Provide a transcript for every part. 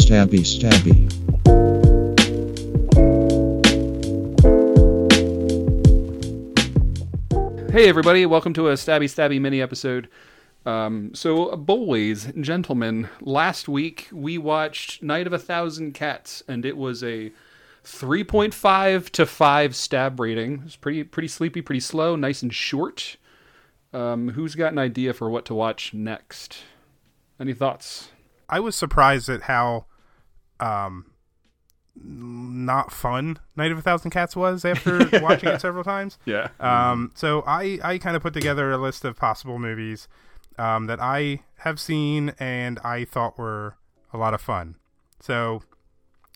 Stabby Stabby. Hey, everybody, welcome to a Stabby Stabby mini episode. Um, so, boys, gentlemen, last week we watched Night of a Thousand Cats, and it was a 3.5 to 5 stab rating. It's pretty, pretty sleepy, pretty slow, nice and short. Um, who's got an idea for what to watch next? Any thoughts? I was surprised at how um not fun Night of a Thousand Cats was after watching it several times. Yeah. Um so I I kind of put together a list of possible movies um that I have seen and I thought were a lot of fun. So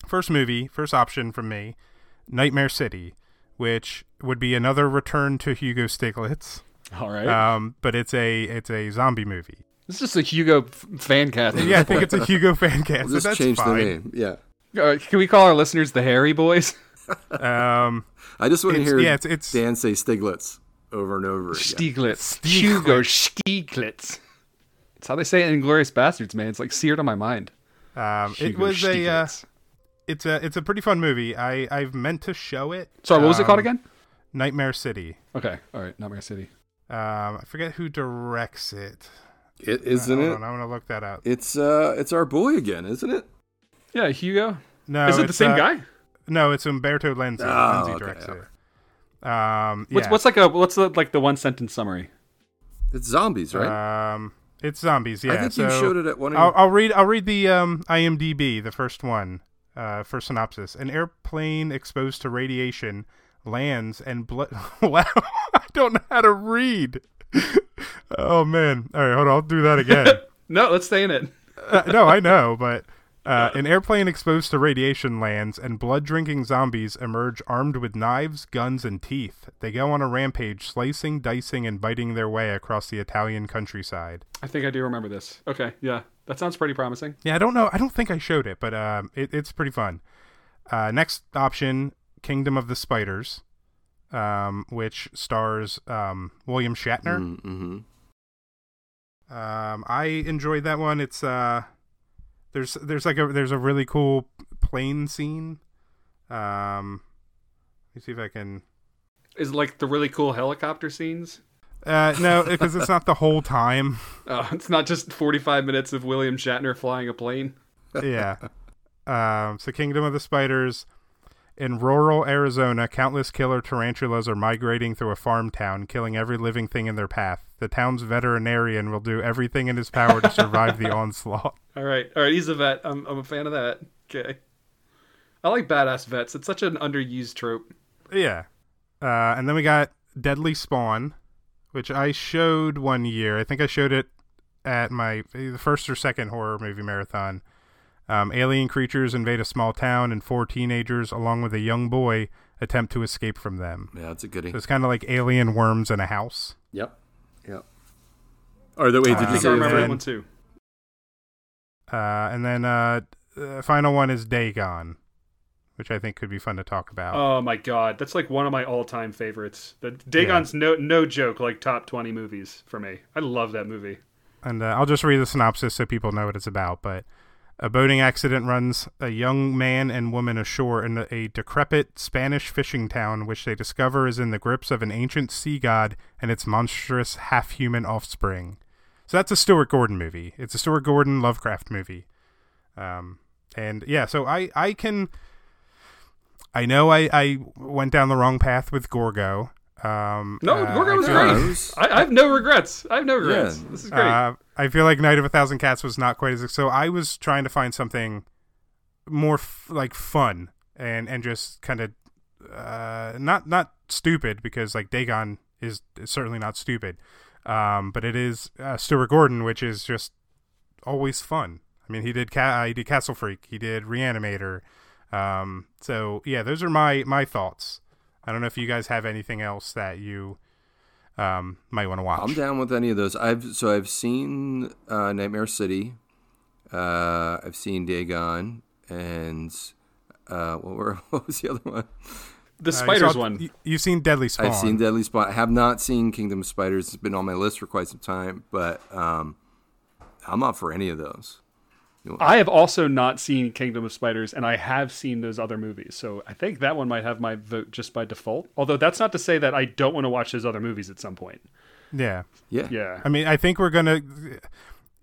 first movie, first option from me, Nightmare City, which would be another return to Hugo Stiglitz. All right. Um but it's a it's a zombie movie. Uh, this is a Hugo f- fan cast. Yeah, I think it's a Hugo fan cast. so Just that's change fine. the name. Yeah. Uh, can we call our listeners the Harry Boys? Um I just want to It's- hear yeah, it's- it's- Dan say Stiglitz over and over again. Stieglitz. Hugo Stieglitz. That's how they say it in Glorious Bastards, man. It's like seared on my mind. Um, it Hugo was a uh, Stieglitz. it's a it's a pretty fun movie. I I've meant to show it. Sorry, what was it called um, again? Nightmare City. Okay, all right, Nightmare City. Um, I forget who directs it. It, isn't Hold it? on, I want to look that up. It's uh, it's our boy again, isn't it? Yeah, Hugo. No, Is it the it's, same uh, guy? No, it's Umberto Lenzi. Oh, Lenzi okay, directs okay. it. Um, What's yeah. what's like a what's the, like the one sentence summary? It's zombies, Uh, right? Um, it's zombies. Yeah, I think so you showed it at one. Of I'll, your... I'll read. I'll read the um, IMDb, the first one, uh, for synopsis. An airplane exposed to radiation lands and blood. wow, I don't know how to read. oh man! All right, hold on. I'll do that again. No, let's stay in it. Uh, no, I know, but uh, an airplane exposed to radiation lands, and blood-drinking zombies emerge armed with knives, guns, and teeth. They go on a rampage, slicing, dicing, and biting their way across the Italian countryside. I think I do remember this. Okay, yeah, that sounds pretty promising. Yeah, I don't know. I don't think I showed it, but um, it, it's pretty fun. Uh, next option, Kingdom of the Spiders, um, which stars um, William Shatner. Mm-hmm. Um, I enjoyed that one. It's uh, there's there's like a there's a really cool plane scene. Um, let me see if I can. Is it like the really cool helicopter scenes? Uh, no, because it's not the whole time. Uh, it's not just forty-five minutes of William Shatner flying a plane. yeah. Um, so, Kingdom of the Spiders. In rural Arizona, countless killer tarantulas are migrating through a farm town, killing every living thing in their path. The town's veterinarian will do everything in his power to survive the onslaught. All right, all right, he's a vet. I'm I'm a fan of that. Okay, I like badass vets. It's such an underused trope. Yeah. Uh, and then we got Deadly Spawn, which I showed one year. I think I showed it at my the first or second horror movie marathon. Um, alien creatures invade a small town, and four teenagers, along with a young boy, attempt to escape from them. Yeah, it's a goodie. So it's kind of like alien worms in a house. Yep. Yep. Or the wait, Uh, I did I you think say I it was remember the- that one too. Uh, and then uh, uh, final one is Dagon, which I think could be fun to talk about. Oh my god, that's like one of my all-time favorites. The Dagon's no no joke, like top twenty movies for me. I love that movie. and uh, I'll just read the synopsis so people know what it's about. But a boating accident runs a young man and woman ashore in a decrepit Spanish fishing town, which they discover is in the grips of an ancient sea god and its monstrous half human offspring. So that's a Stuart Gordon movie. It's a Stuart Gordon Lovecraft movie. Um, and yeah, so I, I can. I know I, I went down the wrong path with Gorgo. Um, No, uh, Gorgo I was feel- Yeah, it great. was- I, I have no regrets. I have no regrets. Yeah. This is great. Uh, I feel like Night of a Thousand Cats was not quite as so. I was trying to find something more f- like fun and and just kind of uh, not not stupid because like Dagon is, is certainly not stupid, um, but it is uh, Stuart Gordon, which is just always fun. I mean, he did ca- uh, he did Castle Freak, he did Reanimator. Um, so yeah, those are my my thoughts. I don't know if you guys have anything else that you um, might want to watch. I'm down with any of those. I've so I've seen uh, Nightmare City, uh, I've seen Dagon, and uh, what were what was the other one? the Uh, you spiders saw- one. y- You've seen Deadly Spawn. I've seen Deadly Spawn. I have not seen Kingdom of Spiders. It's been on my list for quite some time, but um, I'm up for any of those. I have also not seen Kingdom of Spiders, and I have seen those other movies. So I think that one might have my vote just by default. Although that's not to say that I don't want to watch those other movies at some point. Yeah. Yeah. Yeah. I mean, I think we're gonna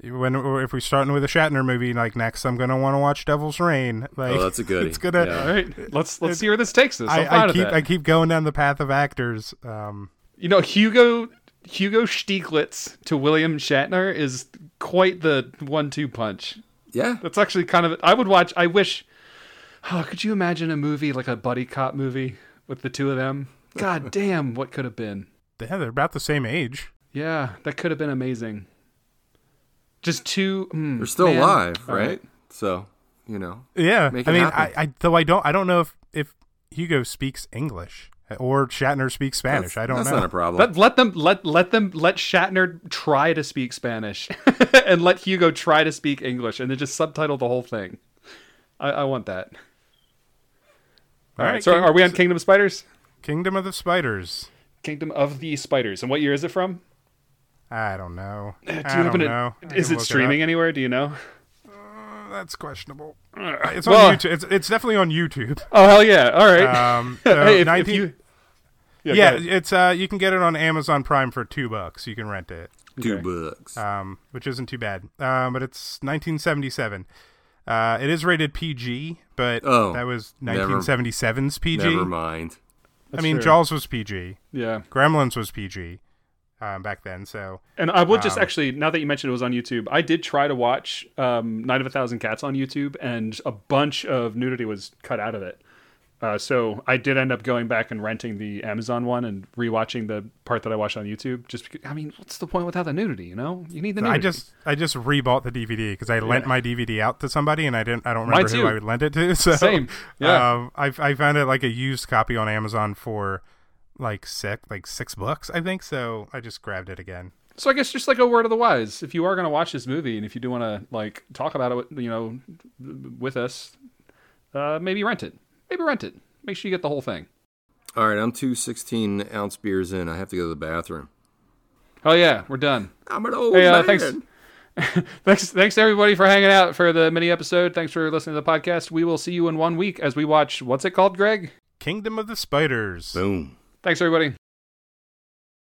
when or if we're starting with a Shatner movie like next, I'm gonna want to watch Devil's Rain. Like, Oh, that's a goodie. It's gonna. All Yeah. right. Let's let's see where this takes us. I'm I, proud I of keep that. I keep going down the path of actors. Um, You know, Hugo Hugo Stieglitz to William Shatner is quite the one-two punch. Yeah. That's actually kind of. I would watch. I wish. Oh, could you imagine a movie like a buddy cop movie with the two of them? God damn, what could have been? yeah, they're about the same age. Yeah, that could have been amazing. Just two. Mm, They're still man. alive, All right? So, you know. Yeah, Make I it mean, I, happen. I though I don't I don't know if if Hugo speaks English or Shatner speaks Spanish. That's- I don't That's know. not a problem. Let, let them let let them let Shatner try to speak Spanish, and let Hugo try to speak English, and then just subtitle the whole thing. I, I want that. All right. So, King- are we on Kingdom of Spiders? Kingdom of the Spiders? Kingdom of the Spiders. And what year is it from? I don't know. I Do you don't happen to- know. I Is can it look streaming up. Uh, anywhere? Do you know? That's questionable. It's Well- on YouTube. It's, it's definitely on YouTube. Oh hell yeah! All right. Um, so Hey, if- if 19 you- yeah, go ahead. it's uh, you can get it on Amazon Prime for two bucks. You can rent it, Two Okay. Uh, books. um, which isn't too bad. Um, but it's 1977. Uh, it is rated PG, but Oh, that was never- 1977's PG. Never mind. I That's mean, true. Jaws was PG. Yeah. Gremlins was PG um, back then. So And I will just Um, actually, now that you mentioned it was on YouTube, I did try to watch um, Night of a Thousand Cats on YouTube, and a bunch of nudity was cut out of it. Uh, so I did end up going back and renting the Amazon one and rewatching the part that I watched on YouTube. Just because, I mean, what's the point without the nudity? You know, you need the nudity. I just I just rebought the DVD because I lent my DVD out to somebody and I didn't I don't remember who too. I would lend it to. So Same. Yeah. um, I I found it like a used copy on Amazon for like six like six bucks I think. So I just grabbed it again. So I guess just like a word of the wise, if you are going to watch this movie and if you do want to like talk about it, you know, with us, uh, maybe rent it. Maybe rent it. Make sure you get the whole thing. All right, I'm two 16 ounce beers in. I have to go to the bathroom. Oh yeah, we're done. I'm an old Hey, uh, man. thanks. thanks, thanks to everybody for hanging out for the mini episode. Thanks for listening to the podcast. We will see you in one week as we watch what's it called, Greg? Kingdom of the Spiders. Boom. Thanks, everybody.